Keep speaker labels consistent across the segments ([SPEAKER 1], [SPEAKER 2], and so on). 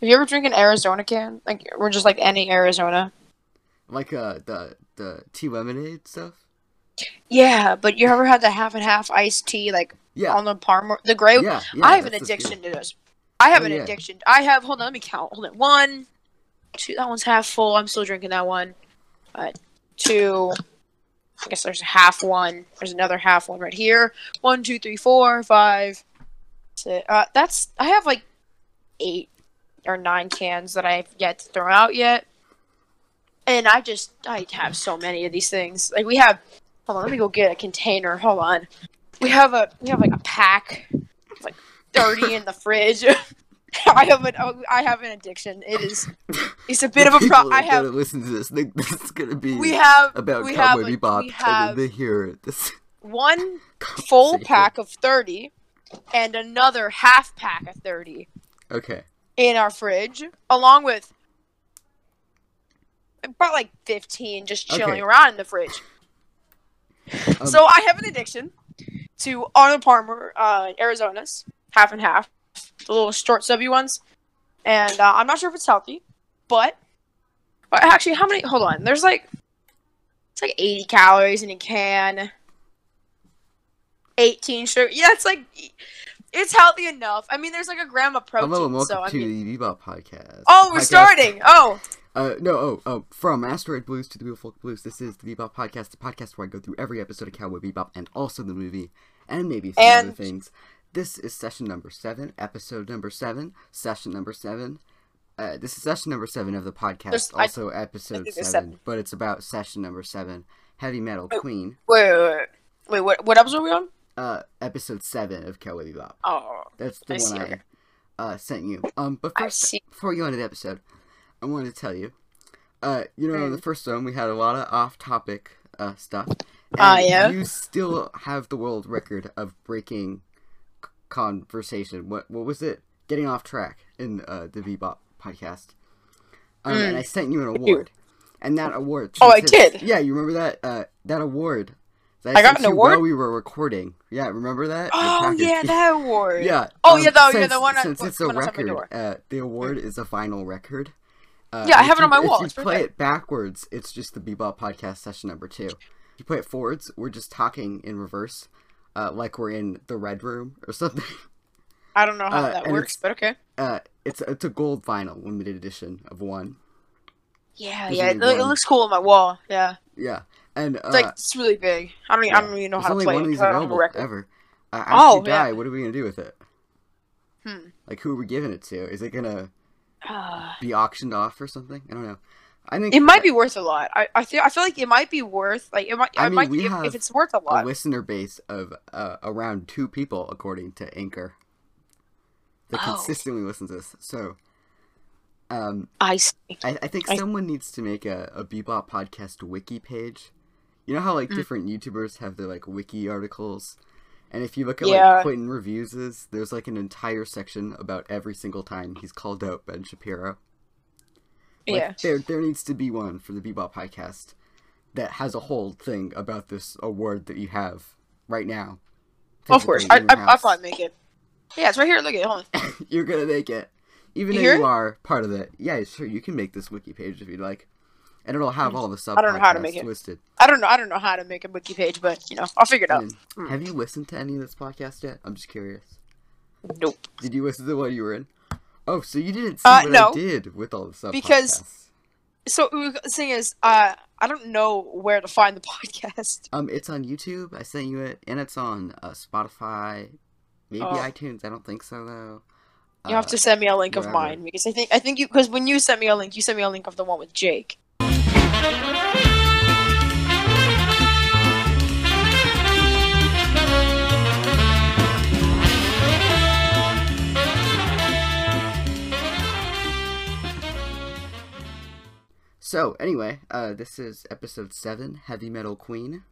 [SPEAKER 1] Have you ever drank an Arizona can? Like, or just like any Arizona?
[SPEAKER 2] Like uh the the tea lemonade stuff.
[SPEAKER 1] Yeah, but you ever had the half and half iced tea like
[SPEAKER 2] Yeah.
[SPEAKER 1] on the parm the gray?
[SPEAKER 2] yeah,
[SPEAKER 1] Um,
[SPEAKER 2] yeah,
[SPEAKER 1] I have an
[SPEAKER 2] that's the
[SPEAKER 1] addiction to this. I have
[SPEAKER 2] Oh,
[SPEAKER 1] an
[SPEAKER 2] yeah.
[SPEAKER 1] addiction. I have. Hold on, let me count. Hold on. One, two. That one's half full. I'm still drinking that one. Uh, two. I guess there's a half one. There's another half one right here. One, two, three, four, five, six. Uh, that's. I have like eight or nine cans that I've yet to throw out yet. And I just. I have so many of these things. Like we have. Hold on, let me go get a container. Hold on. We have a. We have like a pack thirty in the fridge. I have an oh, I have an addiction. It is it's a bit
[SPEAKER 2] The
[SPEAKER 1] of a
[SPEAKER 2] people
[SPEAKER 1] problem. I
[SPEAKER 2] that
[SPEAKER 1] have
[SPEAKER 2] gotta listen to this. Think this is gonna be
[SPEAKER 1] we have
[SPEAKER 2] about
[SPEAKER 1] we have
[SPEAKER 2] Cowboy
[SPEAKER 1] a-
[SPEAKER 2] Bebop,
[SPEAKER 1] we have
[SPEAKER 2] and then they hear it. This
[SPEAKER 1] one full
[SPEAKER 2] conversation.
[SPEAKER 1] pack of thirty and another half pack of thirty
[SPEAKER 2] Okay.
[SPEAKER 1] in our fridge, along with about like fifteen just chilling
[SPEAKER 2] Okay.
[SPEAKER 1] around in the fridge.
[SPEAKER 2] Um,
[SPEAKER 1] so I have an addiction to Arnold Palmer uh, Arizona's half and half, the little short stubby ones, and uh, I'm not sure if it's healthy, but, but actually, how many? Hold on, there's like it's like 80 calories in a can, 18 sugar. Yeah, it's like it's healthy enough. I mean, there's like a gram of protein.
[SPEAKER 2] Hello and welcome
[SPEAKER 1] so I
[SPEAKER 2] to
[SPEAKER 1] mean,
[SPEAKER 2] the Bebop podcast.
[SPEAKER 1] oh, we're
[SPEAKER 2] Podcast-
[SPEAKER 1] starting. Oh,
[SPEAKER 2] Uh, no, oh, oh, from Asteroid Blues to the Beautiful Blues. This is the Bebop podcast, the podcast where I go through every episode of Cowboy Bebop and also the movie and maybe some other
[SPEAKER 1] And-
[SPEAKER 2] things. This is session number seven, episode number seven, session number seven. Uh, this is session number seven of the podcast,
[SPEAKER 1] There's- I-
[SPEAKER 2] also episode
[SPEAKER 1] there's
[SPEAKER 2] seven,
[SPEAKER 1] seven.
[SPEAKER 2] but it's about session number seven, Heavy Metal
[SPEAKER 1] Wait.
[SPEAKER 2] Queen,
[SPEAKER 1] wait, wait, wait, wait. What what episode are we on?
[SPEAKER 2] uh, episode seven of Cowboy Bebop.
[SPEAKER 1] Oh,
[SPEAKER 2] That's
[SPEAKER 1] I
[SPEAKER 2] the one
[SPEAKER 1] see,
[SPEAKER 2] I
[SPEAKER 1] okay.
[SPEAKER 2] uh, sent you. Um, but
[SPEAKER 1] I
[SPEAKER 2] first,
[SPEAKER 1] see.
[SPEAKER 2] before we go into the episode, I want to tell you, uh, you know, in
[SPEAKER 1] Hmm.
[SPEAKER 2] the first zone we had a lot of off-topic uh, stuff.
[SPEAKER 1] Ah,
[SPEAKER 2] and
[SPEAKER 1] yeah?
[SPEAKER 2] You still have the world record of breaking c- conversation. What what was it? Getting off track in uh, the Bebop podcast. Um,
[SPEAKER 1] Mm.
[SPEAKER 2] And I sent you an award, and that award.
[SPEAKER 1] Oh, I
[SPEAKER 2] consists-
[SPEAKER 1] did?
[SPEAKER 2] Yeah, you remember that? Uh, that award. That
[SPEAKER 1] I got
[SPEAKER 2] sent
[SPEAKER 1] an
[SPEAKER 2] you
[SPEAKER 1] award?
[SPEAKER 2] While we were recording. Yeah, remember that? The
[SPEAKER 1] Oh
[SPEAKER 2] package.
[SPEAKER 1] yeah, that award.
[SPEAKER 2] Yeah. Um,
[SPEAKER 1] Oh, yeah, though, yeah,
[SPEAKER 2] since-
[SPEAKER 1] the one on-
[SPEAKER 2] Since it's a
[SPEAKER 1] one outside my
[SPEAKER 2] record,
[SPEAKER 1] door. Mm.
[SPEAKER 2] uh, the award is a final record. Uh,
[SPEAKER 1] Yeah, I
[SPEAKER 2] if
[SPEAKER 1] have it
[SPEAKER 2] you-
[SPEAKER 1] on my wall,
[SPEAKER 2] If
[SPEAKER 1] it's
[SPEAKER 2] you
[SPEAKER 1] right
[SPEAKER 2] play
[SPEAKER 1] there.
[SPEAKER 2] it backwards, it's just the Bebop podcast session number two. If you play it forwards, we're just talking in reverse, uh, like we're in the red room or something.
[SPEAKER 1] I don't know how
[SPEAKER 2] Uh,
[SPEAKER 1] that
[SPEAKER 2] and
[SPEAKER 1] works,
[SPEAKER 2] it's-
[SPEAKER 1] but okay.
[SPEAKER 2] Uh, it's it's a gold vinyl, limited edition of one.
[SPEAKER 1] Yeah,
[SPEAKER 2] there's
[SPEAKER 1] yeah, it,
[SPEAKER 2] only
[SPEAKER 1] it
[SPEAKER 2] one.
[SPEAKER 1] looks cool on my wall. Yeah,
[SPEAKER 2] Yeah, and uh,
[SPEAKER 1] it's like it's really big. I don't, e- I
[SPEAKER 2] yeah,
[SPEAKER 1] don't even know
[SPEAKER 2] there's
[SPEAKER 1] how to
[SPEAKER 2] only
[SPEAKER 1] play
[SPEAKER 2] one
[SPEAKER 1] it
[SPEAKER 2] of these
[SPEAKER 1] 'cause I don't have a
[SPEAKER 2] available
[SPEAKER 1] record.
[SPEAKER 2] ever. Uh, after
[SPEAKER 1] Oh,
[SPEAKER 2] you
[SPEAKER 1] yeah.
[SPEAKER 2] die, what are we gonna do with it?
[SPEAKER 1] Hmm.
[SPEAKER 2] Like, who are we giving it to? Is it gonna
[SPEAKER 1] Ah.
[SPEAKER 2] be auctioned off or something? I don't know. I think
[SPEAKER 1] it might
[SPEAKER 2] that-
[SPEAKER 1] be worth a lot. I, I feel I feel like it might be worth like it might
[SPEAKER 2] I
[SPEAKER 1] I,
[SPEAKER 2] mean,
[SPEAKER 1] might
[SPEAKER 2] we
[SPEAKER 1] give,
[SPEAKER 2] have
[SPEAKER 1] if it's worth a
[SPEAKER 2] a
[SPEAKER 1] lot.
[SPEAKER 2] listener base of uh, around two people, according to Anchor, that
[SPEAKER 1] Oh.
[SPEAKER 2] consistently listens to this. So, um,
[SPEAKER 1] I see.
[SPEAKER 2] I, I think
[SPEAKER 1] I-
[SPEAKER 2] someone needs to make a, a Bebop podcast wiki page. You know how like
[SPEAKER 1] Mm.
[SPEAKER 2] different YouTubers have their like wiki articles, and if you look at
[SPEAKER 1] Yeah.
[SPEAKER 2] like Quentin reviews, there's like an entire section about every single time he's called out Ben Shapiro. Like,
[SPEAKER 1] yeah.
[SPEAKER 2] There, there needs to be one for the Bebop podcast that has a whole thing about this award that you have right now.
[SPEAKER 1] Of course, I
[SPEAKER 2] Technically in
[SPEAKER 1] I,
[SPEAKER 2] your
[SPEAKER 1] I
[SPEAKER 2] house.
[SPEAKER 1] probably make it. Yeah, it's right here. Look at it. Hold on.
[SPEAKER 2] You're gonna make it, even
[SPEAKER 1] You
[SPEAKER 2] though
[SPEAKER 1] hear
[SPEAKER 2] you
[SPEAKER 1] it?
[SPEAKER 2] are part of it. Yeah, sure, you can make this wiki page if you'd like, and it'll have all the sub.
[SPEAKER 1] I don't know how to make
[SPEAKER 2] podcasts
[SPEAKER 1] it.
[SPEAKER 2] listed.
[SPEAKER 1] I don't know. I don't know how to make a wiki page, but you know, I'll figure it out.
[SPEAKER 2] And
[SPEAKER 1] Hmm.
[SPEAKER 2] Have you listened to any of this podcast yet? I'm just curious.
[SPEAKER 1] Nope.
[SPEAKER 2] Did you listen to the one you were in? Oh, so you didn't see
[SPEAKER 1] Uh,
[SPEAKER 2] what I
[SPEAKER 1] no.
[SPEAKER 2] did with all the sub
[SPEAKER 1] Because-
[SPEAKER 2] podcasts.
[SPEAKER 1] So the thing is, uh, I don't know where to find the podcast.
[SPEAKER 2] Um, it's on YouTube. I sent you it, and it's on uh, Spotify, maybe
[SPEAKER 1] Oh.
[SPEAKER 2] iTunes. I don't think so though.
[SPEAKER 1] You have
[SPEAKER 2] Uh,
[SPEAKER 1] to send me a link of
[SPEAKER 2] whatever.
[SPEAKER 1] mine because I think I think you because when you sent me a link, you sent me a link of the one with Jake.
[SPEAKER 2] So anyway, uh, this is episode seven, Heavy Metal Queen.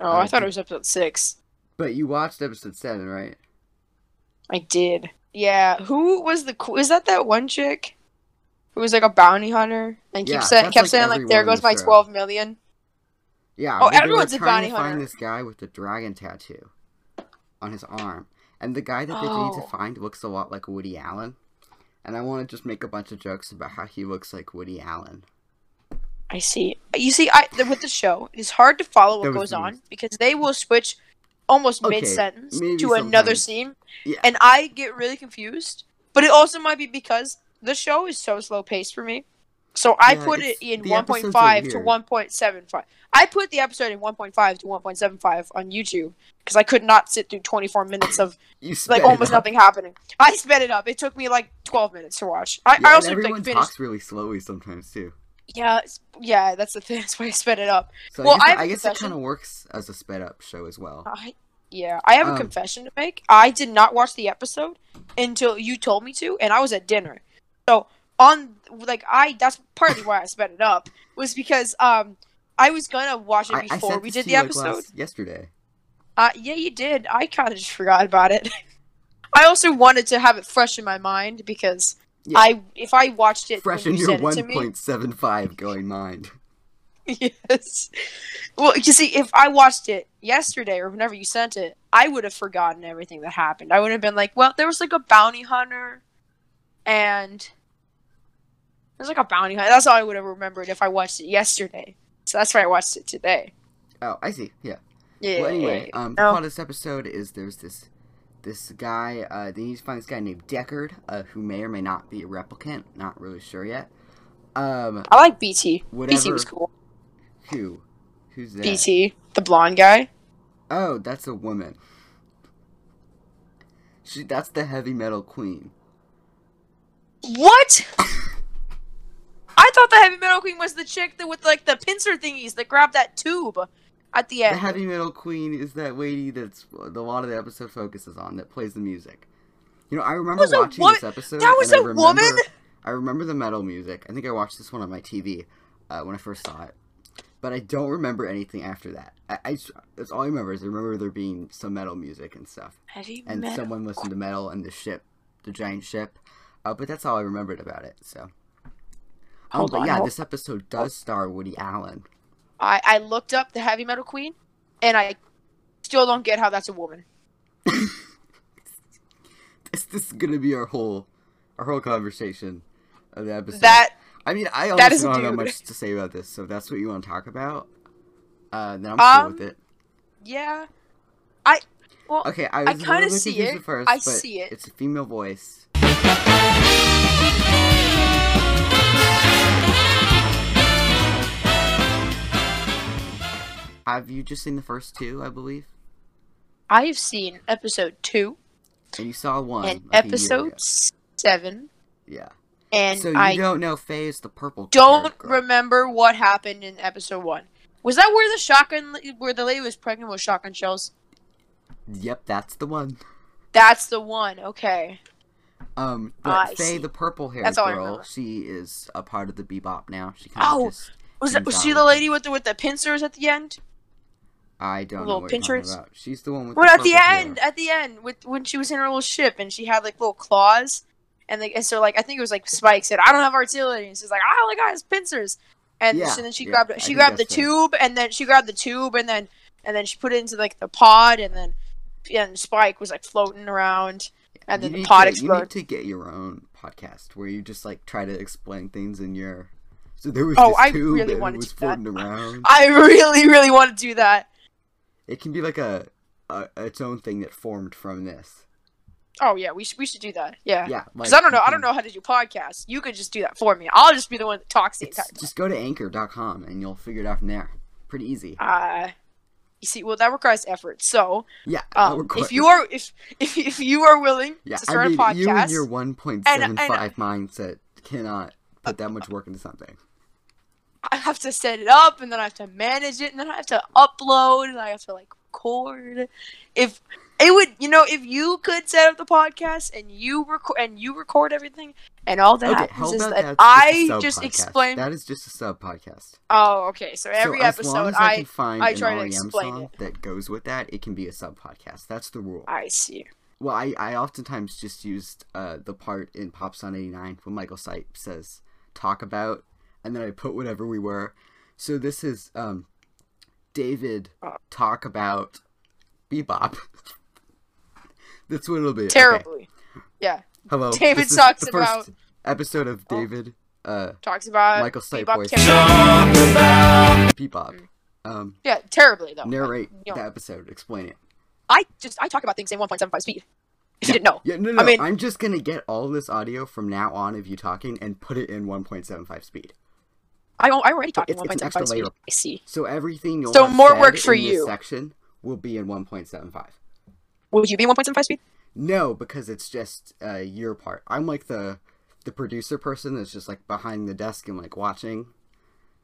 [SPEAKER 1] Oh,
[SPEAKER 2] Uh,
[SPEAKER 1] I thought
[SPEAKER 2] did-
[SPEAKER 1] it was episode six.
[SPEAKER 2] But you watched episode seven, right?
[SPEAKER 1] I did. Yeah, who was the qu- is that that one chick who was like a bounty hunter and
[SPEAKER 2] Yeah,
[SPEAKER 1] keep saying
[SPEAKER 2] that's,
[SPEAKER 1] kept
[SPEAKER 2] like,
[SPEAKER 1] saying like
[SPEAKER 2] everyone
[SPEAKER 1] there
[SPEAKER 2] on the
[SPEAKER 1] goes my
[SPEAKER 2] show.
[SPEAKER 1] twelve million.
[SPEAKER 2] Yeah.
[SPEAKER 1] Oh,
[SPEAKER 2] but they were
[SPEAKER 1] everyone's a
[SPEAKER 2] trying to
[SPEAKER 1] bounty
[SPEAKER 2] Find
[SPEAKER 1] hunter.
[SPEAKER 2] this guy with the dragon tattoo on his arm, and the guy that they need
[SPEAKER 1] Oh.
[SPEAKER 2] to find looks a lot like Woody Allen. and I want to just make a bunch of jokes about how he looks like Woody Allen.
[SPEAKER 1] I see. You see, I th- with the show, it's hard to follow
[SPEAKER 2] That
[SPEAKER 1] what
[SPEAKER 2] was
[SPEAKER 1] goes
[SPEAKER 2] the
[SPEAKER 1] on
[SPEAKER 2] worst.
[SPEAKER 1] because they will switch almost
[SPEAKER 2] Okay,
[SPEAKER 1] mid sentence
[SPEAKER 2] maybe
[SPEAKER 1] to another
[SPEAKER 2] sometimes.
[SPEAKER 1] scene,
[SPEAKER 2] Yeah.
[SPEAKER 1] and I get really confused. But it also might be because the show is so slow paced for me. So I
[SPEAKER 2] Yeah,
[SPEAKER 1] put
[SPEAKER 2] it's-
[SPEAKER 1] it in
[SPEAKER 2] the
[SPEAKER 1] one
[SPEAKER 2] episodes are
[SPEAKER 1] point five to
[SPEAKER 2] weird.
[SPEAKER 1] one point seven five. I put the episode in one point five to one point seven five on YouTube because I could not sit through twenty four minutes of
[SPEAKER 2] You
[SPEAKER 1] like
[SPEAKER 2] sped it
[SPEAKER 1] almost
[SPEAKER 2] up.
[SPEAKER 1] nothing happening. I sped it up. It took me like twelve minutes to watch. I,
[SPEAKER 2] Yeah,
[SPEAKER 1] I
[SPEAKER 2] and
[SPEAKER 1] also
[SPEAKER 2] everyone
[SPEAKER 1] like, finished.
[SPEAKER 2] talks really slowly sometimes too.
[SPEAKER 1] Yeah, it's- yeah, that's the thing. That's why I sped it up.
[SPEAKER 2] So
[SPEAKER 1] Well, I
[SPEAKER 2] I guess,
[SPEAKER 1] have
[SPEAKER 2] I
[SPEAKER 1] a
[SPEAKER 2] guess it
[SPEAKER 1] confession. Uh,
[SPEAKER 2] kind of works as a sped up show as well.
[SPEAKER 1] I, yeah, I have a
[SPEAKER 2] Um,
[SPEAKER 1] confession to make. I did not watch the episode until you told me to, and I was at dinner. So on, like, I that's partly why I sped it up was because um, I was gonna watch it
[SPEAKER 2] I, I
[SPEAKER 1] before
[SPEAKER 2] sent
[SPEAKER 1] we
[SPEAKER 2] this
[SPEAKER 1] did
[SPEAKER 2] to
[SPEAKER 1] the
[SPEAKER 2] you, like,
[SPEAKER 1] episode.
[SPEAKER 2] last- yesterday.
[SPEAKER 1] Uh, yeah, you did. I kind of just forgot about it. I also wanted to have it fresh in my mind because
[SPEAKER 2] Yeah.
[SPEAKER 1] I, if I watched it,
[SPEAKER 2] Fresh
[SPEAKER 1] when
[SPEAKER 2] in
[SPEAKER 1] you
[SPEAKER 2] your
[SPEAKER 1] sent it to me,
[SPEAKER 2] 1.75 going mind.
[SPEAKER 1] Yes. Well, you see, if I watched it yesterday or whenever you sent it, I would have forgotten everything that happened. I would have been like, well, there was like a bounty hunter, and there's like a bounty hunter. That's all I would have remembered if I watched it yesterday. So that's why I watched it today.
[SPEAKER 2] Oh, I see. Yeah.
[SPEAKER 1] Yeah.
[SPEAKER 2] Well, anyway, um, the
[SPEAKER 1] No.
[SPEAKER 2] plot of this episode is there's this this guy. Uh, they need to find this guy named Deckard, uh, who may or may not be a replicant. Not really sure yet. Um,
[SPEAKER 1] I like BT. BT
[SPEAKER 2] whatever.
[SPEAKER 1] was cool.
[SPEAKER 2] who? Who's that?
[SPEAKER 1] BT, the blonde guy.
[SPEAKER 2] Oh, that's a woman. She. That's the heavy metal queen.
[SPEAKER 1] What? I thought the heavy metal queen was the chick that with like the pincer thingies that grabbed that tube at the
[SPEAKER 2] The
[SPEAKER 1] end.
[SPEAKER 2] heavy metal queen is that lady that's the a lot of the episode focuses on that plays the music. You know, I remember
[SPEAKER 1] was a
[SPEAKER 2] watching
[SPEAKER 1] wo-
[SPEAKER 2] this episode.
[SPEAKER 1] that was
[SPEAKER 2] and I
[SPEAKER 1] a woman?
[SPEAKER 2] remember- I remember the metal music. I think I watched this one on my TV uh, when I first saw it, but I don't remember anything after that. I, I s- that's all I remember is I remember there being some metal music and stuff,
[SPEAKER 1] heavy
[SPEAKER 2] and someone listened to metal and the ship, the giant ship. Uh, but that's all I remembered about it. So, oh,
[SPEAKER 1] Hold
[SPEAKER 2] but
[SPEAKER 1] on,
[SPEAKER 2] yeah,
[SPEAKER 1] hold-
[SPEAKER 2] this episode does star Woody Allen.
[SPEAKER 1] I, I looked up the heavy metal queen, and I still don't get how that's a woman.
[SPEAKER 2] This, this is gonna be our whole, our whole conversation of the episode.
[SPEAKER 1] That
[SPEAKER 2] I mean, I
[SPEAKER 1] That
[SPEAKER 2] honestly
[SPEAKER 1] is a
[SPEAKER 2] don't have
[SPEAKER 1] dude.
[SPEAKER 2] much to say about this, so if that's what you want to talk about. Uh, then I'm cool
[SPEAKER 1] Um,
[SPEAKER 2] with it.
[SPEAKER 1] yeah, I well
[SPEAKER 2] Okay,
[SPEAKER 1] I
[SPEAKER 2] I was kind
[SPEAKER 1] kinda
[SPEAKER 2] of
[SPEAKER 1] see it.
[SPEAKER 2] First,
[SPEAKER 1] I
[SPEAKER 2] but
[SPEAKER 1] see it.
[SPEAKER 2] It's a female voice. Have you just seen the first two, I believe?
[SPEAKER 1] I've seen episode two
[SPEAKER 2] And you saw
[SPEAKER 1] and
[SPEAKER 2] one. like, a year ago.
[SPEAKER 1] episode seven,
[SPEAKER 2] Yeah.
[SPEAKER 1] and
[SPEAKER 2] so you
[SPEAKER 1] I
[SPEAKER 2] don't know Faye is the purple.
[SPEAKER 1] don't
[SPEAKER 2] remember.
[SPEAKER 1] remember what happened in episode one. Was that where the shotgun, where the lady was pregnant with shotgun shells?
[SPEAKER 2] Yep, that's the one.
[SPEAKER 1] That's the one. Okay.
[SPEAKER 2] Um, but
[SPEAKER 1] I
[SPEAKER 2] Faye,
[SPEAKER 1] see.
[SPEAKER 2] the purple haired
[SPEAKER 1] That's all I
[SPEAKER 2] girl,
[SPEAKER 1] remember.
[SPEAKER 2] she is a part of the Bebop now. She kind of
[SPEAKER 1] Oh!
[SPEAKER 2] just.
[SPEAKER 1] Was
[SPEAKER 2] And
[SPEAKER 1] that, was she the
[SPEAKER 2] Jonathan.
[SPEAKER 1] lady with the with the pincers at the end?
[SPEAKER 2] I don't know
[SPEAKER 1] Little
[SPEAKER 2] what you're talking
[SPEAKER 1] pinchers?
[SPEAKER 2] about. She's the one with.
[SPEAKER 1] Well,
[SPEAKER 2] the
[SPEAKER 1] at the
[SPEAKER 2] purple hair.
[SPEAKER 1] end, at the end, with when she was in her little ship and she had like little claws, and like and so like I think it was like Spike said, "I don't have artillery," and she's like, "Ah, "I only got his pincers," and,
[SPEAKER 2] Yeah,
[SPEAKER 1] so then she
[SPEAKER 2] yeah, I
[SPEAKER 1] grabbed she
[SPEAKER 2] think
[SPEAKER 1] grabbed the
[SPEAKER 2] that's fair.
[SPEAKER 1] tube, and then she grabbed the tube, and then and then she put it into like the pod, and then and Spike was like floating around, and
[SPEAKER 2] You
[SPEAKER 1] then the
[SPEAKER 2] need
[SPEAKER 1] pod
[SPEAKER 2] to, You need
[SPEAKER 1] exploded.
[SPEAKER 2] to get your own podcast where you just like try to explain things in your. So there was
[SPEAKER 1] Oh,
[SPEAKER 2] this
[SPEAKER 1] I
[SPEAKER 2] tube
[SPEAKER 1] really
[SPEAKER 2] and
[SPEAKER 1] wanted
[SPEAKER 2] it was
[SPEAKER 1] to do that.
[SPEAKER 2] floating around.
[SPEAKER 1] I really, really want to do that.
[SPEAKER 2] It can be like a, a its own thing that formed from this.
[SPEAKER 1] Oh yeah, we should we should do that. Yeah,
[SPEAKER 2] Yeah, like
[SPEAKER 1] because I don't
[SPEAKER 2] you
[SPEAKER 1] know, I
[SPEAKER 2] can-
[SPEAKER 1] don't know how to do podcasts. You could just do that for me. I'll just be the one that talks the
[SPEAKER 2] it's-
[SPEAKER 1] entire time.
[SPEAKER 2] just go to anchor.com and you'll figure it out from there. Pretty easy.
[SPEAKER 1] Uh, you see, well, that requires effort. So,
[SPEAKER 2] Yeah. I'll
[SPEAKER 1] um,
[SPEAKER 2] record-
[SPEAKER 1] if you are if if if you are willing
[SPEAKER 2] yeah,
[SPEAKER 1] to
[SPEAKER 2] I
[SPEAKER 1] start
[SPEAKER 2] mean,
[SPEAKER 1] a podcast,
[SPEAKER 2] you and your 1.75 mindset cannot put that much work into something.
[SPEAKER 1] I have to set it up, and then I have to manage it, and then I have to upload, and I have to like record. If it would, you know, if you could set up the podcast and you record and you record everything, and all that happens is that
[SPEAKER 2] that's
[SPEAKER 1] I
[SPEAKER 2] a
[SPEAKER 1] just
[SPEAKER 2] sub-podcast.
[SPEAKER 1] explain.
[SPEAKER 2] That is just a sub podcast.
[SPEAKER 1] Oh, okay. So every
[SPEAKER 2] so as long
[SPEAKER 1] episode,
[SPEAKER 2] as I,
[SPEAKER 1] I
[SPEAKER 2] can find
[SPEAKER 1] I
[SPEAKER 2] an
[SPEAKER 1] try to
[SPEAKER 2] REM
[SPEAKER 1] explain
[SPEAKER 2] song
[SPEAKER 1] it.
[SPEAKER 2] that goes with that, it can be a sub podcast. That's the rule.
[SPEAKER 1] I see.
[SPEAKER 2] well, I, I oftentimes just used uh, the part in Pop Song 89 when Michael Sipe says talk about, and then I put whatever we were. So this is um, David
[SPEAKER 1] Oh.
[SPEAKER 2] talk about bebop. That's what it'll be. Okay.
[SPEAKER 1] Terribly. Yeah.
[SPEAKER 2] Hello.
[SPEAKER 1] David
[SPEAKER 2] this is
[SPEAKER 1] talks
[SPEAKER 2] the
[SPEAKER 1] about-
[SPEAKER 2] first episode of
[SPEAKER 1] Oh.
[SPEAKER 2] David. Uh,
[SPEAKER 1] Talks about
[SPEAKER 2] Michael Stipe
[SPEAKER 1] Bebop
[SPEAKER 2] voice.
[SPEAKER 1] terribly. Mm.
[SPEAKER 2] Bebop. Um,
[SPEAKER 1] Yeah, terribly though.
[SPEAKER 2] narrate
[SPEAKER 1] Like, you know,
[SPEAKER 2] the episode. Explain it.
[SPEAKER 1] I just I talk about things in 1.75 speed. If you didn't know,
[SPEAKER 2] Yeah, no, no. I
[SPEAKER 1] mean-
[SPEAKER 2] am just gonna get all this audio from now on of you talking and put it in 1.75 speed.
[SPEAKER 1] I al- I already talk in
[SPEAKER 2] It's- it's an
[SPEAKER 1] 1.75
[SPEAKER 2] extra
[SPEAKER 1] speed.
[SPEAKER 2] layer.
[SPEAKER 1] I see.
[SPEAKER 2] So everything you'll
[SPEAKER 1] So
[SPEAKER 2] have
[SPEAKER 1] more
[SPEAKER 2] said
[SPEAKER 1] work for
[SPEAKER 2] in this
[SPEAKER 1] you.
[SPEAKER 2] section will be in 1.75.
[SPEAKER 1] Would you be 1.75 speed?
[SPEAKER 2] No, because it's just uh, your part. I'm like the the producer person that's just like behind the desk and like watching.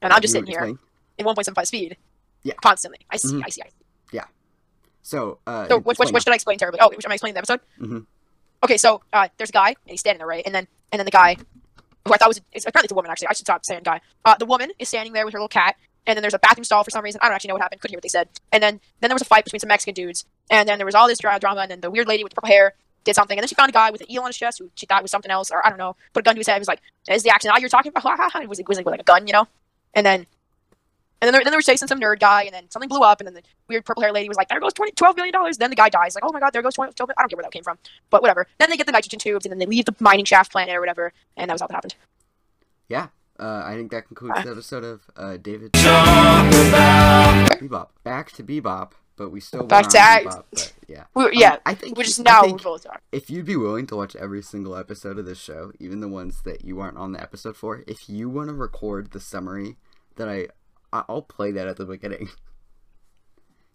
[SPEAKER 1] And I'm just
[SPEAKER 2] you
[SPEAKER 1] sitting here
[SPEAKER 2] explain.
[SPEAKER 1] in 1.75 speed.
[SPEAKER 2] Yeah.
[SPEAKER 1] Constantly. I see.
[SPEAKER 2] Mhm.
[SPEAKER 1] I see. I see.
[SPEAKER 2] So, uh,
[SPEAKER 1] So what, what,
[SPEAKER 2] explain
[SPEAKER 1] what should I explain terribly? Oh, which am I explaining the episode?
[SPEAKER 2] Mhm.
[SPEAKER 1] Okay, so uh, there's a guy and he's standing there, right? And then and then the guy who I thought was it's, apparently it's a woman actually. I should stop saying guy. Uh, the woman is standing there with her little cat, and then there's a bathroom stall for some reason. I don't actually know what happened. Couldn't hear what they said. And then then there was a fight between some Mexican dudes, and then there was all this dra- drama. And then the weird lady with the purple hair did something, and then she found a guy with an eel on his chest who she thought was something else, or I don't know. Put a gun to his head. and was like, "Is the action all you're talking about?" it was, it was like, with like a gun, you know. And then and then, there, then they were chasing some nerd guy, and then something blew up, and then the weird purple hair lady was like, "There goes 20, 12 million dollars." Then the guy dies, like, "Oh my god, there goes 12 million. I don't get where that came from, but whatever. Then they get the nitrogen tubes, and then they leave the mining shaft planet or whatever, and that was all that happened.
[SPEAKER 2] Yeah, uh, I think that
[SPEAKER 1] Ah.
[SPEAKER 2] concludes the episode of uh, David. Bebop. Back to Bebop, but we still went
[SPEAKER 1] Back
[SPEAKER 2] on
[SPEAKER 1] to act.
[SPEAKER 2] Bebop, but yeah.
[SPEAKER 1] We were, yeah,
[SPEAKER 2] Um, I think
[SPEAKER 1] we're just
[SPEAKER 2] I
[SPEAKER 1] now
[SPEAKER 2] think
[SPEAKER 1] we're both are.
[SPEAKER 2] if you'd be willing to watch every single episode of this show, even the ones that you aren't on the episode for, if you want to record the summary that I, I- I'll play that at the beginning.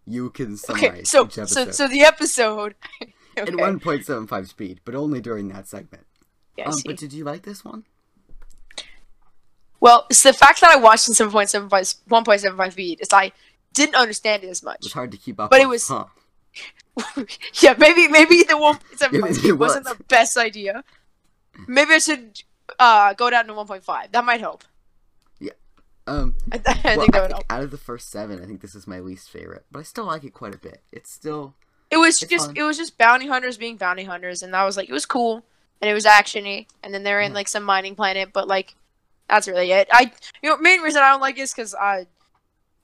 [SPEAKER 2] You can summarize
[SPEAKER 1] Okay, so
[SPEAKER 2] each episode
[SPEAKER 1] so so the episode. okay.
[SPEAKER 2] at 1.75 speed, but only during that segment.
[SPEAKER 1] Yeah, I
[SPEAKER 2] Um,
[SPEAKER 1] see.
[SPEAKER 2] but did you like this one?
[SPEAKER 1] well, it's the fact that I watched in 7.75 1.75 feet is I didn't understand it as
[SPEAKER 2] It was
[SPEAKER 1] much.
[SPEAKER 2] hard to keep up.
[SPEAKER 1] But it
[SPEAKER 2] with,
[SPEAKER 1] was-
[SPEAKER 2] huh?
[SPEAKER 1] yeah, maybe maybe the 1.75
[SPEAKER 2] It
[SPEAKER 1] speed wasn't
[SPEAKER 2] was.
[SPEAKER 1] the best idea. Maybe I should uh, go down to 1.5. That might help.
[SPEAKER 2] Um,
[SPEAKER 1] I, I think
[SPEAKER 2] well,
[SPEAKER 1] that would help.
[SPEAKER 2] out of the first seven, I think this is my least favorite, but I still like it quite a bit. It's still
[SPEAKER 1] It was
[SPEAKER 2] It's
[SPEAKER 1] just
[SPEAKER 2] fun.
[SPEAKER 1] it was just bounty hunters being bounty hunters, and that was like it was cool, and it was actiony, and then they're in
[SPEAKER 2] Yeah.
[SPEAKER 1] like some mining planet, but like that's really it. I you know main reason I don't like it is because I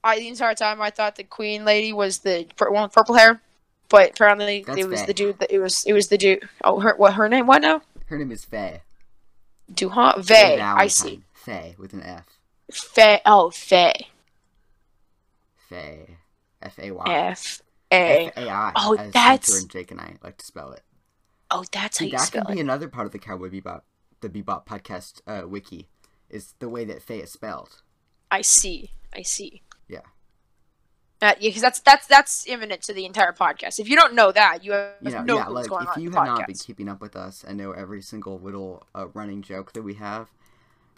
[SPEAKER 1] I the entire time I thought the queen lady was the pur- one with purple hair, but apparently
[SPEAKER 2] That's
[SPEAKER 1] it was
[SPEAKER 2] Faye.
[SPEAKER 1] the dude that it was it was the dude. Oh, her what her name? What now?
[SPEAKER 2] her name is Faye.
[SPEAKER 1] Duhant
[SPEAKER 2] Faye
[SPEAKER 1] Vey. I see.
[SPEAKER 2] Valentine. Faye with an F.
[SPEAKER 1] Fey. Oh, Fey.
[SPEAKER 2] Faye. F A Y.
[SPEAKER 1] F A.
[SPEAKER 2] F A I.
[SPEAKER 1] Oh,
[SPEAKER 2] as
[SPEAKER 1] that's-
[SPEAKER 2] Hunter and Jake and I like to spell it.
[SPEAKER 1] Oh, that's how
[SPEAKER 2] See,
[SPEAKER 1] you
[SPEAKER 2] that
[SPEAKER 1] spell
[SPEAKER 2] could be
[SPEAKER 1] it.
[SPEAKER 2] another part of the Cowboy Bebop, the Bebop podcast uh, wiki, is the way that Faye is spelled.
[SPEAKER 1] I see. I see.
[SPEAKER 2] Yeah.
[SPEAKER 1] Uh, yeah, because that's that's that's imminent to the entire podcast. If you don't know that, you have
[SPEAKER 2] You know,
[SPEAKER 1] no
[SPEAKER 2] yeah,
[SPEAKER 1] clue
[SPEAKER 2] like
[SPEAKER 1] what's going
[SPEAKER 2] if
[SPEAKER 1] on.
[SPEAKER 2] you
[SPEAKER 1] in
[SPEAKER 2] have
[SPEAKER 1] the podcast.
[SPEAKER 2] not been keeping up with us and know every single little uh, running joke that we have,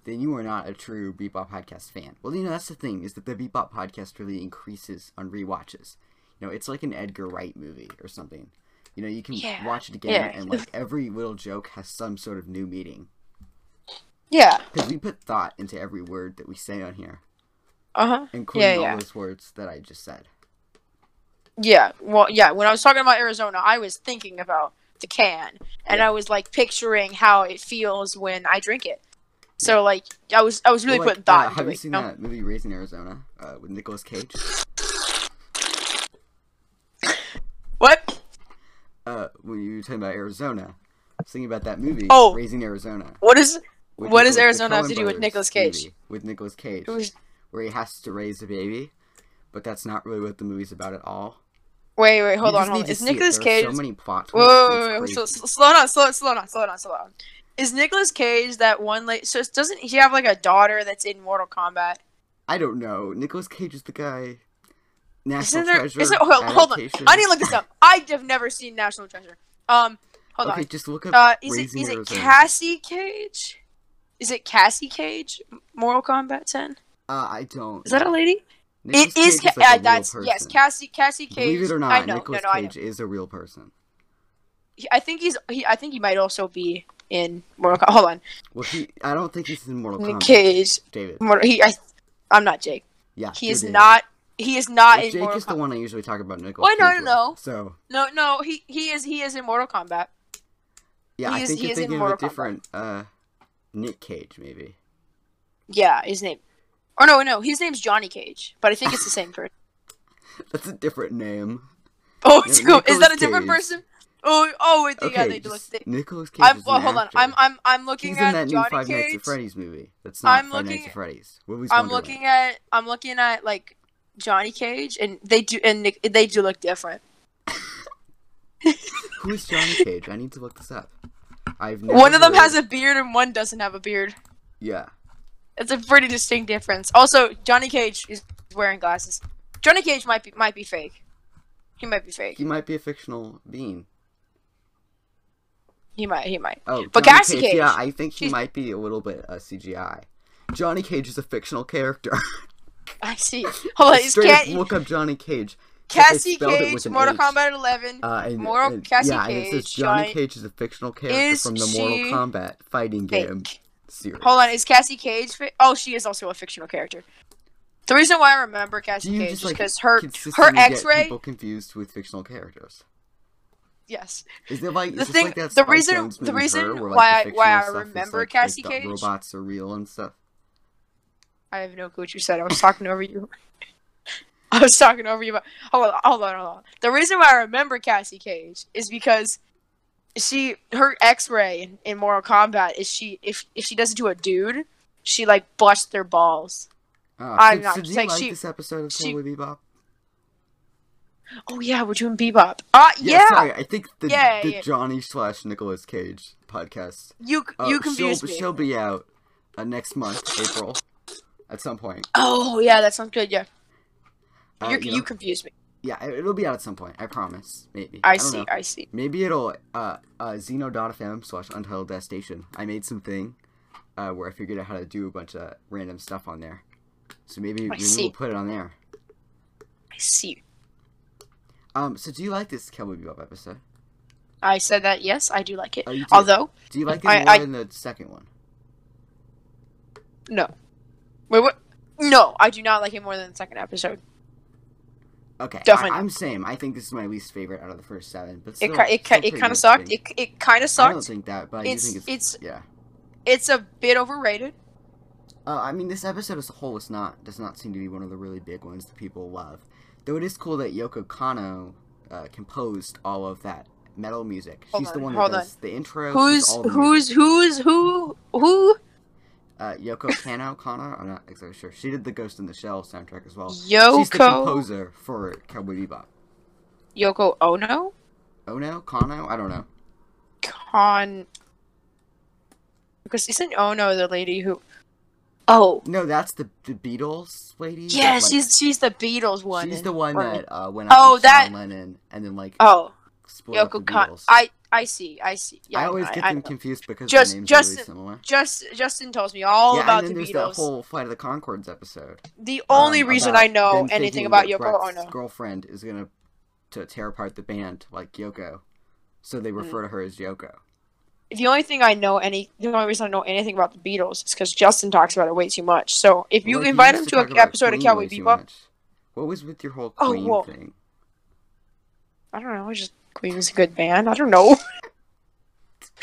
[SPEAKER 2] then you are not a true Bebop podcast fan. Well, you know that's the thing is that the Bebop podcast really increases on rewatches. You know, it's like an Edgar Wright movie or something. You know, you can
[SPEAKER 1] Yeah.
[SPEAKER 2] watch it again,
[SPEAKER 1] Yeah.
[SPEAKER 2] and like every little joke has some sort of new meaning
[SPEAKER 1] yeah.
[SPEAKER 2] because we put thought into every word that we say on here.
[SPEAKER 1] Uh huh.
[SPEAKER 2] including
[SPEAKER 1] Yeah, yeah.
[SPEAKER 2] all those words that I just said.
[SPEAKER 1] Yeah. Well, yeah. When I was talking about Arizona, I was thinking about the can, and I was like picturing how it feels when I drink it. So like, I was I was really
[SPEAKER 2] Well, like,
[SPEAKER 1] putting thought
[SPEAKER 2] uh,
[SPEAKER 1] into
[SPEAKER 2] have
[SPEAKER 1] it.
[SPEAKER 2] you seen
[SPEAKER 1] know?
[SPEAKER 2] that movie Raising Arizona uh, with Nicolas Cage?
[SPEAKER 1] What?
[SPEAKER 2] Uh, when you were talking about Arizona, I was thinking about that movie.
[SPEAKER 1] Oh.
[SPEAKER 2] Raising Arizona.
[SPEAKER 1] What is?
[SPEAKER 2] with
[SPEAKER 1] What does
[SPEAKER 2] Nicolas- the
[SPEAKER 1] Arizona have
[SPEAKER 2] Coen
[SPEAKER 1] to do with
[SPEAKER 2] Brothers
[SPEAKER 1] Nicolas Cage?
[SPEAKER 2] movie With Nicolas Cage,
[SPEAKER 1] It was-
[SPEAKER 2] where he has to raise a baby, but that's not really what the movie's about at all.
[SPEAKER 1] Wait, wait, hold
[SPEAKER 2] You
[SPEAKER 1] on,
[SPEAKER 2] just need
[SPEAKER 1] hold on.
[SPEAKER 2] to
[SPEAKER 1] Is
[SPEAKER 2] see it.
[SPEAKER 1] Nicolas
[SPEAKER 2] There are
[SPEAKER 1] Cage?
[SPEAKER 2] So many plot
[SPEAKER 1] Whoa,
[SPEAKER 2] twists.
[SPEAKER 1] whoa, whoa, whoa,
[SPEAKER 2] it's
[SPEAKER 1] so,
[SPEAKER 2] crazy.
[SPEAKER 1] so, slow down, slow, slow down, slow down, slow down. Is Nicolas Cage that one like? So doesn't he have like a daughter that's in Mortal Kombat?
[SPEAKER 2] I don't know. Nicolas Cage is the guy. National
[SPEAKER 1] Isn't there?
[SPEAKER 2] Treasure.
[SPEAKER 1] Isn't, hold, hold on,
[SPEAKER 2] adaptation.
[SPEAKER 1] I need to look this up. I have never seen National Treasure. Um, hold
[SPEAKER 2] okay,
[SPEAKER 1] on.
[SPEAKER 2] just look up.
[SPEAKER 1] Uh, is it
[SPEAKER 2] Raising
[SPEAKER 1] is it
[SPEAKER 2] Arizona.
[SPEAKER 1] Cassie Cage? Is it Cassie Cage? Mortal Kombat Ten?
[SPEAKER 2] Uh, I don't.
[SPEAKER 1] Is that a
[SPEAKER 2] know.
[SPEAKER 1] lady?
[SPEAKER 2] Nicolas
[SPEAKER 1] it is.
[SPEAKER 2] Cage
[SPEAKER 1] Ca-
[SPEAKER 2] like a
[SPEAKER 1] uh,
[SPEAKER 2] real
[SPEAKER 1] that's yes.
[SPEAKER 2] person.
[SPEAKER 1] Cassie Cassie Cage.
[SPEAKER 2] Believe it or
[SPEAKER 1] I
[SPEAKER 2] not,
[SPEAKER 1] know.
[SPEAKER 2] Nicolas
[SPEAKER 1] no, no, I know.
[SPEAKER 2] Cage is a real person.
[SPEAKER 1] He- I think he's. He, I think he might also be in Mortal Kombat. Hold on.
[SPEAKER 2] Well, he, I don't think he's in Mortal
[SPEAKER 1] Nick
[SPEAKER 2] Kombat.
[SPEAKER 1] Cage.
[SPEAKER 2] David.
[SPEAKER 1] Mortal, he, I, I'm not Jake.
[SPEAKER 2] Yeah.
[SPEAKER 1] He
[SPEAKER 2] you're
[SPEAKER 1] is
[SPEAKER 2] David.
[SPEAKER 1] not. He is not
[SPEAKER 2] Well,
[SPEAKER 1] in
[SPEAKER 2] Jake
[SPEAKER 1] Mortal
[SPEAKER 2] is the
[SPEAKER 1] Kombat.
[SPEAKER 2] one I usually talk about. Nicolas.
[SPEAKER 1] Well, no,
[SPEAKER 2] Cage
[SPEAKER 1] no,
[SPEAKER 2] with.
[SPEAKER 1] no.
[SPEAKER 2] So
[SPEAKER 1] No, no, he he is he is in Mortal Kombat.
[SPEAKER 2] yeah,
[SPEAKER 1] He
[SPEAKER 2] I
[SPEAKER 1] is-
[SPEAKER 2] think
[SPEAKER 1] he
[SPEAKER 2] you're
[SPEAKER 1] is in
[SPEAKER 2] thinking of a
[SPEAKER 1] Mortal Kombat.
[SPEAKER 2] different uh, Nick Cage, maybe.
[SPEAKER 1] Yeah, his name. Or no, no, his name's Johnny Cage, but I think it's the same person.
[SPEAKER 2] That's a different name.
[SPEAKER 1] Oh, it's
[SPEAKER 2] Yeah,
[SPEAKER 1] cool. is that a
[SPEAKER 2] Nicolas
[SPEAKER 1] different
[SPEAKER 2] Cage.
[SPEAKER 1] person? Oh, oh, wait, they, yeah,
[SPEAKER 2] Okay,
[SPEAKER 1] they do look.
[SPEAKER 2] just-
[SPEAKER 1] They,
[SPEAKER 2] Nicolas Cage
[SPEAKER 1] I'm,
[SPEAKER 2] is
[SPEAKER 1] well,
[SPEAKER 2] an
[SPEAKER 1] hold on.
[SPEAKER 2] actor.
[SPEAKER 1] I'm, I'm, I'm looking
[SPEAKER 2] He's
[SPEAKER 1] at
[SPEAKER 2] in that new
[SPEAKER 1] Johnny
[SPEAKER 2] Five
[SPEAKER 1] Cage.
[SPEAKER 2] Nights at Freddy's movie. That's not
[SPEAKER 1] I'm
[SPEAKER 2] Five Nights
[SPEAKER 1] looking-
[SPEAKER 2] at Freddy's. Willie's
[SPEAKER 1] I'm
[SPEAKER 2] Wonderland.
[SPEAKER 1] looking at, I'm looking at like Johnny Cage, and they do, and Nic- they do look different.
[SPEAKER 2] Who is Johnny Cage? I need to look this up. I've never
[SPEAKER 1] One of them
[SPEAKER 2] heard-
[SPEAKER 1] has a beard, and one doesn't have a beard.
[SPEAKER 2] yeah.
[SPEAKER 1] It's a pretty distinct difference. Also, Johnny Cage is wearing glasses. Johnny Cage might be, might be fake. He might be fake.
[SPEAKER 2] He might be a fictional being.
[SPEAKER 1] He might, he might.
[SPEAKER 2] Oh,
[SPEAKER 1] But
[SPEAKER 2] Johnny
[SPEAKER 1] Cassie Cage,
[SPEAKER 2] Yeah, I think he
[SPEAKER 1] she's-
[SPEAKER 2] might be a little bit uh, CGI. Johnny Cage is a fictional character.
[SPEAKER 1] I see. Hold on,
[SPEAKER 2] Just
[SPEAKER 1] is
[SPEAKER 2] straight up
[SPEAKER 1] Cat-
[SPEAKER 2] look up Johnny Cage. they
[SPEAKER 1] Cassie
[SPEAKER 2] spelled it
[SPEAKER 1] Cage,
[SPEAKER 2] with an
[SPEAKER 1] Mortal
[SPEAKER 2] H.
[SPEAKER 1] Kombat 11.
[SPEAKER 2] Uh, and,
[SPEAKER 1] Moral-
[SPEAKER 2] and-
[SPEAKER 1] Cassie
[SPEAKER 2] yeah, and it says
[SPEAKER 1] Cage,
[SPEAKER 2] Johnny
[SPEAKER 1] Johnny-
[SPEAKER 2] Cage is a fictional character
[SPEAKER 1] Is
[SPEAKER 2] from the Mortal
[SPEAKER 1] she
[SPEAKER 2] Kombat fighting
[SPEAKER 1] fake?
[SPEAKER 2] game series.
[SPEAKER 1] Hold on, is Cassie Cage? Fi- oh, she is also a fictional character. The reason why I remember
[SPEAKER 2] Do
[SPEAKER 1] Cassie
[SPEAKER 2] you
[SPEAKER 1] Cage
[SPEAKER 2] just
[SPEAKER 1] is
[SPEAKER 2] like
[SPEAKER 1] because her her
[SPEAKER 2] consistently get
[SPEAKER 1] X-ray.
[SPEAKER 2] people confused with fictional characters?
[SPEAKER 1] Yes,
[SPEAKER 2] Is it like
[SPEAKER 1] The
[SPEAKER 2] is this
[SPEAKER 1] thing-
[SPEAKER 2] like that
[SPEAKER 1] the
[SPEAKER 2] Spike
[SPEAKER 1] reason-
[SPEAKER 2] Jonze
[SPEAKER 1] the
[SPEAKER 2] movie,
[SPEAKER 1] reason
[SPEAKER 2] Her, where, like,
[SPEAKER 1] why I-
[SPEAKER 2] the
[SPEAKER 1] why I
[SPEAKER 2] fictional stuff is,
[SPEAKER 1] remember
[SPEAKER 2] like,
[SPEAKER 1] Cassie
[SPEAKER 2] based on
[SPEAKER 1] Cage-
[SPEAKER 2] robots are real and stuff.
[SPEAKER 1] I have no clue what you said. I was talking over you. I was talking over you. About- hold on, hold on, hold on. The reason why I remember Cassie Cage is because she her X-ray in, in Mortal Kombat is she if if she does it to a dude, she like busts their balls.
[SPEAKER 2] Oh,
[SPEAKER 1] I'm
[SPEAKER 2] so,
[SPEAKER 1] not-
[SPEAKER 2] so do you
[SPEAKER 1] like,
[SPEAKER 2] like
[SPEAKER 1] she-
[SPEAKER 2] this episode of
[SPEAKER 1] she-
[SPEAKER 2] Totally Bebop?
[SPEAKER 1] Oh yeah, we're doing Bebop. Ah, yeah.
[SPEAKER 2] sorry, I think the,
[SPEAKER 1] Yeah,
[SPEAKER 2] the
[SPEAKER 1] yeah.
[SPEAKER 2] Johnny slash Nicolas Cage podcast.
[SPEAKER 1] You
[SPEAKER 2] Uh,
[SPEAKER 1] you confused
[SPEAKER 2] she'll,
[SPEAKER 1] me.
[SPEAKER 2] She'll be out uh, next month, April, at some point.
[SPEAKER 1] Oh yeah, that sounds good. Yeah,
[SPEAKER 2] Uh,
[SPEAKER 1] you
[SPEAKER 2] know,
[SPEAKER 1] you confused me.
[SPEAKER 2] yeah, it- it'll be out at some point. I promise. Maybe.
[SPEAKER 1] I,
[SPEAKER 2] don't
[SPEAKER 1] see.
[SPEAKER 2] know.
[SPEAKER 1] I see.
[SPEAKER 2] Maybe it'll uh uh xeno.fm slash untitled dash station. I made something uh where I figured out how to do a bunch of random stuff on there. So maybe, maybe
[SPEAKER 1] see.
[SPEAKER 2] we'll put it on there.
[SPEAKER 1] I see.
[SPEAKER 2] Um so do you like this Cowboy Bebop episode?
[SPEAKER 1] I said that. Yes, I do like it.
[SPEAKER 2] Oh, you did.
[SPEAKER 1] Although,
[SPEAKER 2] Do you like it
[SPEAKER 1] I-
[SPEAKER 2] more
[SPEAKER 1] I-
[SPEAKER 2] than the second one?
[SPEAKER 1] wait, what? No, I do not like it more than the second episode.
[SPEAKER 2] Okay.
[SPEAKER 1] Definitely.
[SPEAKER 2] I, I'm same. I think this is my least favorite out of the first seven, but
[SPEAKER 1] It
[SPEAKER 2] still,
[SPEAKER 1] ki- it
[SPEAKER 2] still
[SPEAKER 1] ki- it
[SPEAKER 2] pretty
[SPEAKER 1] kind of sucked.
[SPEAKER 2] interesting.
[SPEAKER 1] It it kind of
[SPEAKER 2] I don't
[SPEAKER 1] sucked.
[SPEAKER 2] think that, but I do
[SPEAKER 1] It's
[SPEAKER 2] think it's,
[SPEAKER 1] it's
[SPEAKER 2] yeah.
[SPEAKER 1] it's a bit overrated.
[SPEAKER 2] Uh, I mean, this episode as a whole is not does not seem to be one of the really big ones that people love. Though it is cool that Yoko Kano uh, composed all of that metal music.
[SPEAKER 1] Hold
[SPEAKER 2] she's the
[SPEAKER 1] on,
[SPEAKER 2] one
[SPEAKER 1] hold
[SPEAKER 2] that does the intro.
[SPEAKER 1] Who's
[SPEAKER 2] all the
[SPEAKER 1] who's who's who who?
[SPEAKER 2] music. uh, Yoko Kano? Kano? I'm not exactly sure. She did the Ghost in the Shell soundtrack as well. She's the
[SPEAKER 1] Yoko
[SPEAKER 2] composer for Cowboy Bebop.
[SPEAKER 1] Yoko Ono
[SPEAKER 2] Ono Kano? I don't know.
[SPEAKER 1] Con. Because isn't Ono the lady who? Oh
[SPEAKER 2] No, that's the the Beatles lady. that,
[SPEAKER 1] yeah,
[SPEAKER 2] like,
[SPEAKER 1] she's she's the Beatles one.
[SPEAKER 2] she's
[SPEAKER 1] in-
[SPEAKER 2] the one
[SPEAKER 1] or-
[SPEAKER 2] that uh, went out
[SPEAKER 1] Oh,
[SPEAKER 2] with John
[SPEAKER 1] that-
[SPEAKER 2] Lennon and then like
[SPEAKER 1] Oh,
[SPEAKER 2] split up the
[SPEAKER 1] Yoko Khan.
[SPEAKER 2] Beatles.
[SPEAKER 1] I I see. I see. Yeah,
[SPEAKER 2] I always
[SPEAKER 1] I,
[SPEAKER 2] get
[SPEAKER 1] I
[SPEAKER 2] them
[SPEAKER 1] know.
[SPEAKER 2] confused because
[SPEAKER 1] Just-
[SPEAKER 2] their names are
[SPEAKER 1] Justin-
[SPEAKER 2] really similar.
[SPEAKER 1] Just Justin tells me all
[SPEAKER 2] yeah,
[SPEAKER 1] about
[SPEAKER 2] and
[SPEAKER 1] the
[SPEAKER 2] then there's that
[SPEAKER 1] Beatles.
[SPEAKER 2] whole Flight of the Concords episode.
[SPEAKER 1] The only
[SPEAKER 2] um,
[SPEAKER 1] reason
[SPEAKER 2] about
[SPEAKER 1] I know
[SPEAKER 2] them
[SPEAKER 1] anything
[SPEAKER 2] thinking
[SPEAKER 1] about
[SPEAKER 2] that
[SPEAKER 1] Yoko
[SPEAKER 2] Brett's
[SPEAKER 1] Ono.
[SPEAKER 2] girlfriend is gonna to tear apart the band like Yoko, so
[SPEAKER 1] Mm.
[SPEAKER 2] they refer to her as Yoko.
[SPEAKER 1] The only thing I know any the only reason I know anything about the Beatles is because Justin talks about it way too much. So if you
[SPEAKER 2] Well, like,
[SPEAKER 1] invite him
[SPEAKER 2] used
[SPEAKER 1] to
[SPEAKER 2] talk
[SPEAKER 1] an
[SPEAKER 2] about
[SPEAKER 1] episode of
[SPEAKER 2] Queen
[SPEAKER 1] Cowboy
[SPEAKER 2] way too
[SPEAKER 1] Bebop,
[SPEAKER 2] much. What was with your whole
[SPEAKER 1] Oh,
[SPEAKER 2] Queen
[SPEAKER 1] well-
[SPEAKER 2] thing?
[SPEAKER 1] I don't know. I just Queen was a good band. I don't know.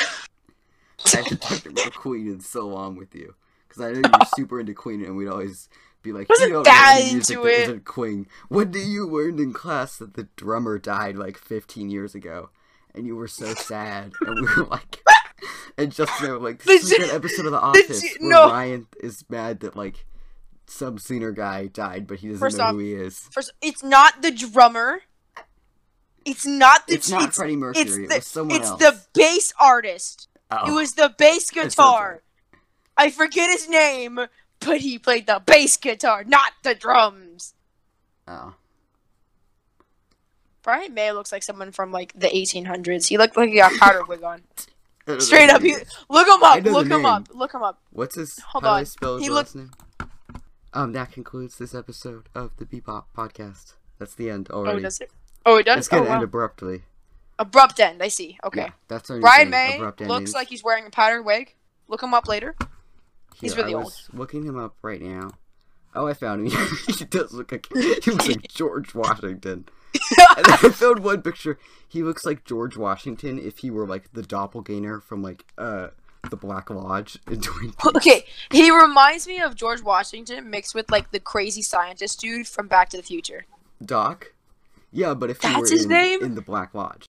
[SPEAKER 2] I haven't talked about Queen in so long with you because I know you're super into Queen, and we'd always be like,
[SPEAKER 1] Wasn't
[SPEAKER 2] "You don't
[SPEAKER 1] that
[SPEAKER 2] know any music
[SPEAKER 1] into
[SPEAKER 2] that
[SPEAKER 1] it.
[SPEAKER 2] isn't Queen. What did you learn in class that the drummer died like 15 years ago?" And you were so sad, and we were like, and just know like this is
[SPEAKER 1] Did
[SPEAKER 2] that
[SPEAKER 1] you-
[SPEAKER 2] episode of The
[SPEAKER 1] did
[SPEAKER 2] Office
[SPEAKER 1] you-
[SPEAKER 2] where
[SPEAKER 1] no.
[SPEAKER 2] Ryan is mad that like some singer guy died, but he doesn't
[SPEAKER 1] First
[SPEAKER 2] know
[SPEAKER 1] off,
[SPEAKER 2] who he is.
[SPEAKER 1] First, it's not the drummer. It's not the.
[SPEAKER 2] It's not
[SPEAKER 1] it's,
[SPEAKER 2] Freddie Mercury.
[SPEAKER 1] it's
[SPEAKER 2] it
[SPEAKER 1] the-
[SPEAKER 2] was someone
[SPEAKER 1] it's
[SPEAKER 2] else.
[SPEAKER 1] the bass artist. It
[SPEAKER 2] Oh.
[SPEAKER 1] was the bass
[SPEAKER 2] sounds
[SPEAKER 1] guitar. I forget his name, but he played the bass guitar, not the drums.
[SPEAKER 2] Oh.
[SPEAKER 1] Brian May looks like someone from like the 1800s. He looked like he got powder wig on.
[SPEAKER 2] I don't know
[SPEAKER 1] Straight
[SPEAKER 2] who
[SPEAKER 1] up,
[SPEAKER 2] he
[SPEAKER 1] he
[SPEAKER 2] is.
[SPEAKER 1] look him up.
[SPEAKER 2] I know the
[SPEAKER 1] Look
[SPEAKER 2] name.
[SPEAKER 1] him up. Look him up.
[SPEAKER 2] What's his
[SPEAKER 1] Hold
[SPEAKER 2] how do I
[SPEAKER 1] on.
[SPEAKER 2] spell his
[SPEAKER 1] He
[SPEAKER 2] last name? Um, that concludes this episode of the Bebop podcast. That's the end
[SPEAKER 1] Oh,
[SPEAKER 2] already.
[SPEAKER 1] does it? Oh, it does.
[SPEAKER 2] it's gonna
[SPEAKER 1] oh,
[SPEAKER 2] end
[SPEAKER 1] wow.
[SPEAKER 2] abruptly.
[SPEAKER 1] Abrupt end. I see. Okay.
[SPEAKER 2] Yeah, that's our
[SPEAKER 1] Brian
[SPEAKER 2] new thing,
[SPEAKER 1] May
[SPEAKER 2] abrupt
[SPEAKER 1] looks
[SPEAKER 2] endings.
[SPEAKER 1] like he's wearing a powder wig. Look him up later. he's
[SPEAKER 2] Here,
[SPEAKER 1] really
[SPEAKER 2] I
[SPEAKER 1] old.
[SPEAKER 2] was Looking him up right now. Oh, I found him. he does look like he looks like George Washington. and I found one picture. He looks like George Washington if he were like the doppelganger from like uh the Black Lodge in Twin Peaks.
[SPEAKER 1] Okay, he reminds me of George Washington mixed with like the crazy scientist dude from Back to the Future.
[SPEAKER 2] Doc. Yeah, but if he
[SPEAKER 1] That's
[SPEAKER 2] were
[SPEAKER 1] his
[SPEAKER 2] in,
[SPEAKER 1] name?
[SPEAKER 2] in the Black Lodge.